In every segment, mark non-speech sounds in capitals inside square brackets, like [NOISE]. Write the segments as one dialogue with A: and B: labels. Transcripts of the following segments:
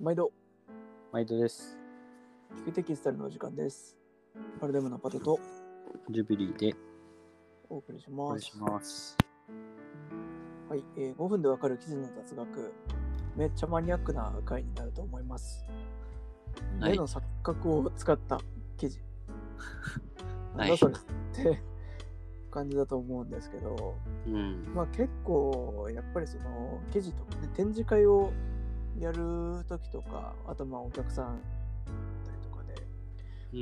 A: 毎度、
B: 毎度です。
A: 聞くテキスタイルのお時間です。パルデムのパトと
B: ジュビリーで
A: お送りし
B: お願
A: ま
B: いし
A: す。
B: ます。
A: はい、えー、5分でわかる記事の雑学。めっちゃマニアックな回になると思います。
B: はい
A: 目の錯覚を使った記
B: [LAUGHS]
A: 事。な
B: はい
A: んだそれって感じだと思うんですけど、
B: うん。
A: まあ結構やっぱりその記事とかね、展示会をやるときとか、あとまあお客さんだったりとかで、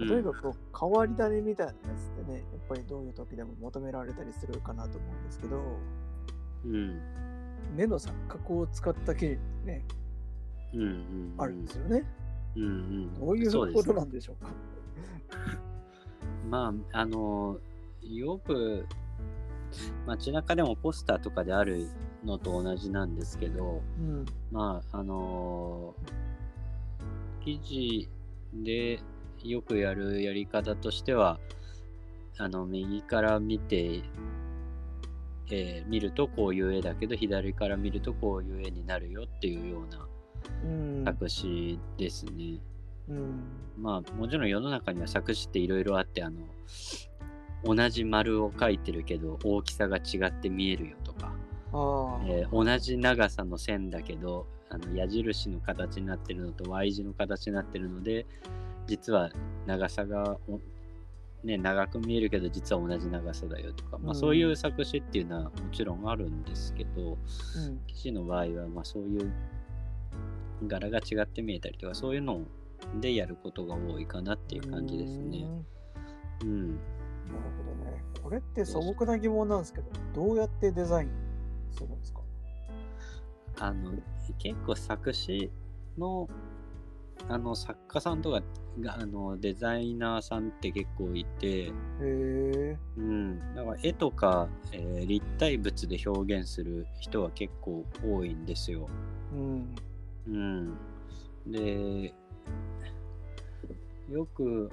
B: うん
A: とにかくこう変わり種みたいなやつってねやっぱりどういう時でも求められたりするかなと思うんですけど
B: うん。
A: 目の錯覚を使った記事ってね
B: うん。うん。
A: あるんですよね、
B: うん。うん。
A: どういう
B: そうで
A: こ
B: す
A: と
B: ね
A: なんでしょうか
B: まあ、あの、よく街中でもポスターとかであるのと同じなんですけど、
A: うん
B: まあ、あの、記事でよくやるやり方としては、あの、右から見て、えー見るとこういう絵だけど左から見るとこういう絵になるよっていうような
A: うん
B: 作詞ですね。
A: うん
B: まあもちろん世の中には作詞っていろいろあってあの同じ丸を描いてるけど大きさが違って見えるよとか、
A: ああ、
B: えー同じ長さの線だけどあの矢印の形になってるのと Y 字の形になってるので実は長さがお、ね、長く見えるけど実は同じ長さだよとか、
A: う
B: まあ、
A: ん
B: そういう作詞っていうのはもちろんあるんですけど、
A: うん
B: 記事の場合は、まあ、そういう柄が違って見えたりとかそういうのでやることが多いかなっていう感じです
A: う
B: ね。
A: ん
B: うん、
A: なるほどねこれって素朴な疑問なんですけどどうやってデザインするんですか
B: あの結構作詞のあの作家さんとかがあのデザイナーさんって結構いて、
A: へえ
B: うん、だから絵とか、えー立体物で表現する人は結構多いんですよ。
A: うん
B: うん、でよく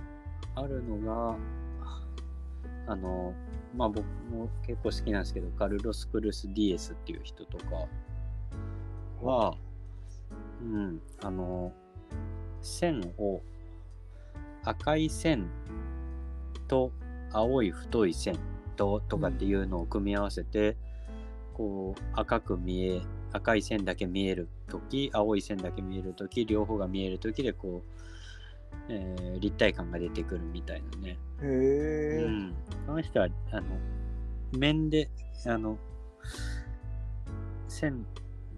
B: あるのがあのまあ僕も結構好きなんですけどカルロス・クルス・ディエスっていう人とかは、うん、あの線を赤い線と青い太い線ととかっていうのを組み合わせて、こう赤く見え赤い線だけ見える時青い線だけ見える時両方が見える時でこう、えー立体感が出てくるみたいなね、
A: へえ
B: うん、この人はあの面であの線、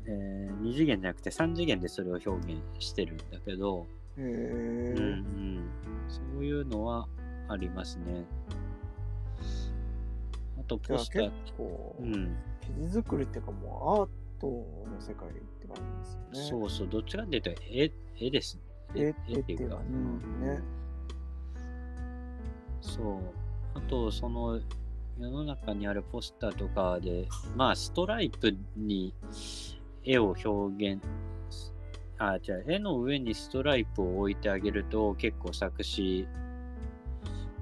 B: え2次元じゃなくて3次元でそれを表現してるんだけど、
A: へ
B: うんう
A: え
B: ん、そういうのはありますねあと
A: じゃ
B: ポ
A: あ
B: スタ
A: 結
B: ー、
A: 構、
B: うん、
A: 生地作りっていうかもうアートの世界って感じですよね。
B: そうそう、どっちかっていうと絵、絵です。
A: 絵絵っていうかうんね
B: そう。あと、その、世の中にあるポスターとかで、まあ、ストライプに絵を表現、あ、じゃ絵の上にストライプを置いてあげると、結構作詞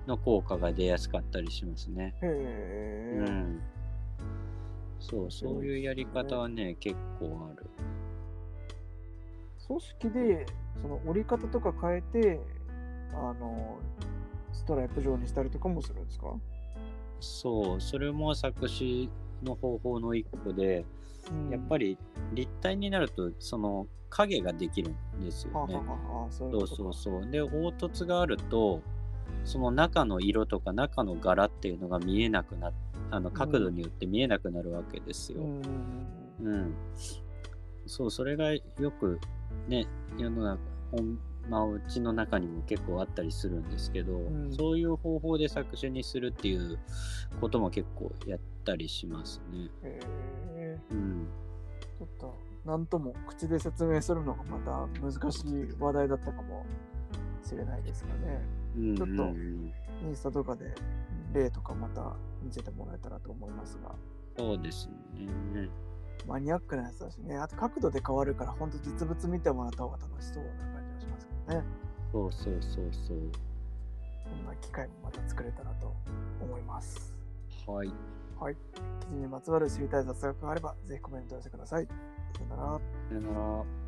B: の効果が出やすかったりしますね。
A: へ
B: う
A: え、
B: ん。そう、そういうやり方はね、結構ある。
A: 組織でその折り方とか変えてあのストライプ状にしたりとかもするんですか
B: そう、それも作詞の方法の一個で、やっぱ
A: り、
B: り立体になると、その影ができるんです
A: はあ
B: よ
A: は
B: ね。
A: あはあ、そういうこ
B: そう
A: とか
B: そうそう。で、凹凸があると、その中の色とか中の柄っていうのが見えなくなあの角度によって見えなくなるわけです
A: う
B: よ。
A: ん
B: うん。そう、それがよくね、世の中、ほんまあ、うちの中にも結構あったりするんですけど、
A: ん
B: そういう方法で作詞にするっていうことも結構やったりしますね。
A: へえ
B: うん。
A: ちょっと何とも口で説明するのがまた難しい話題だったかもしれないですがね
B: うん
A: ちょっと
B: うんうん
A: インスタとかで例とかまた見せてもらえたらと思いますが。
B: そうですね。
A: マニアックなやつだしね。あと角度で変わるから、本当実物見てもらった方が楽しそうな感じがしますけどね。
B: そうそうそうそ
A: こ
B: う。
A: んな機会もまた作れたらと思います。
B: はい。
A: 記事にまつわる知りたい雑学があれば、ぜひコメントを寄せてください。さよなら。
B: さよなら。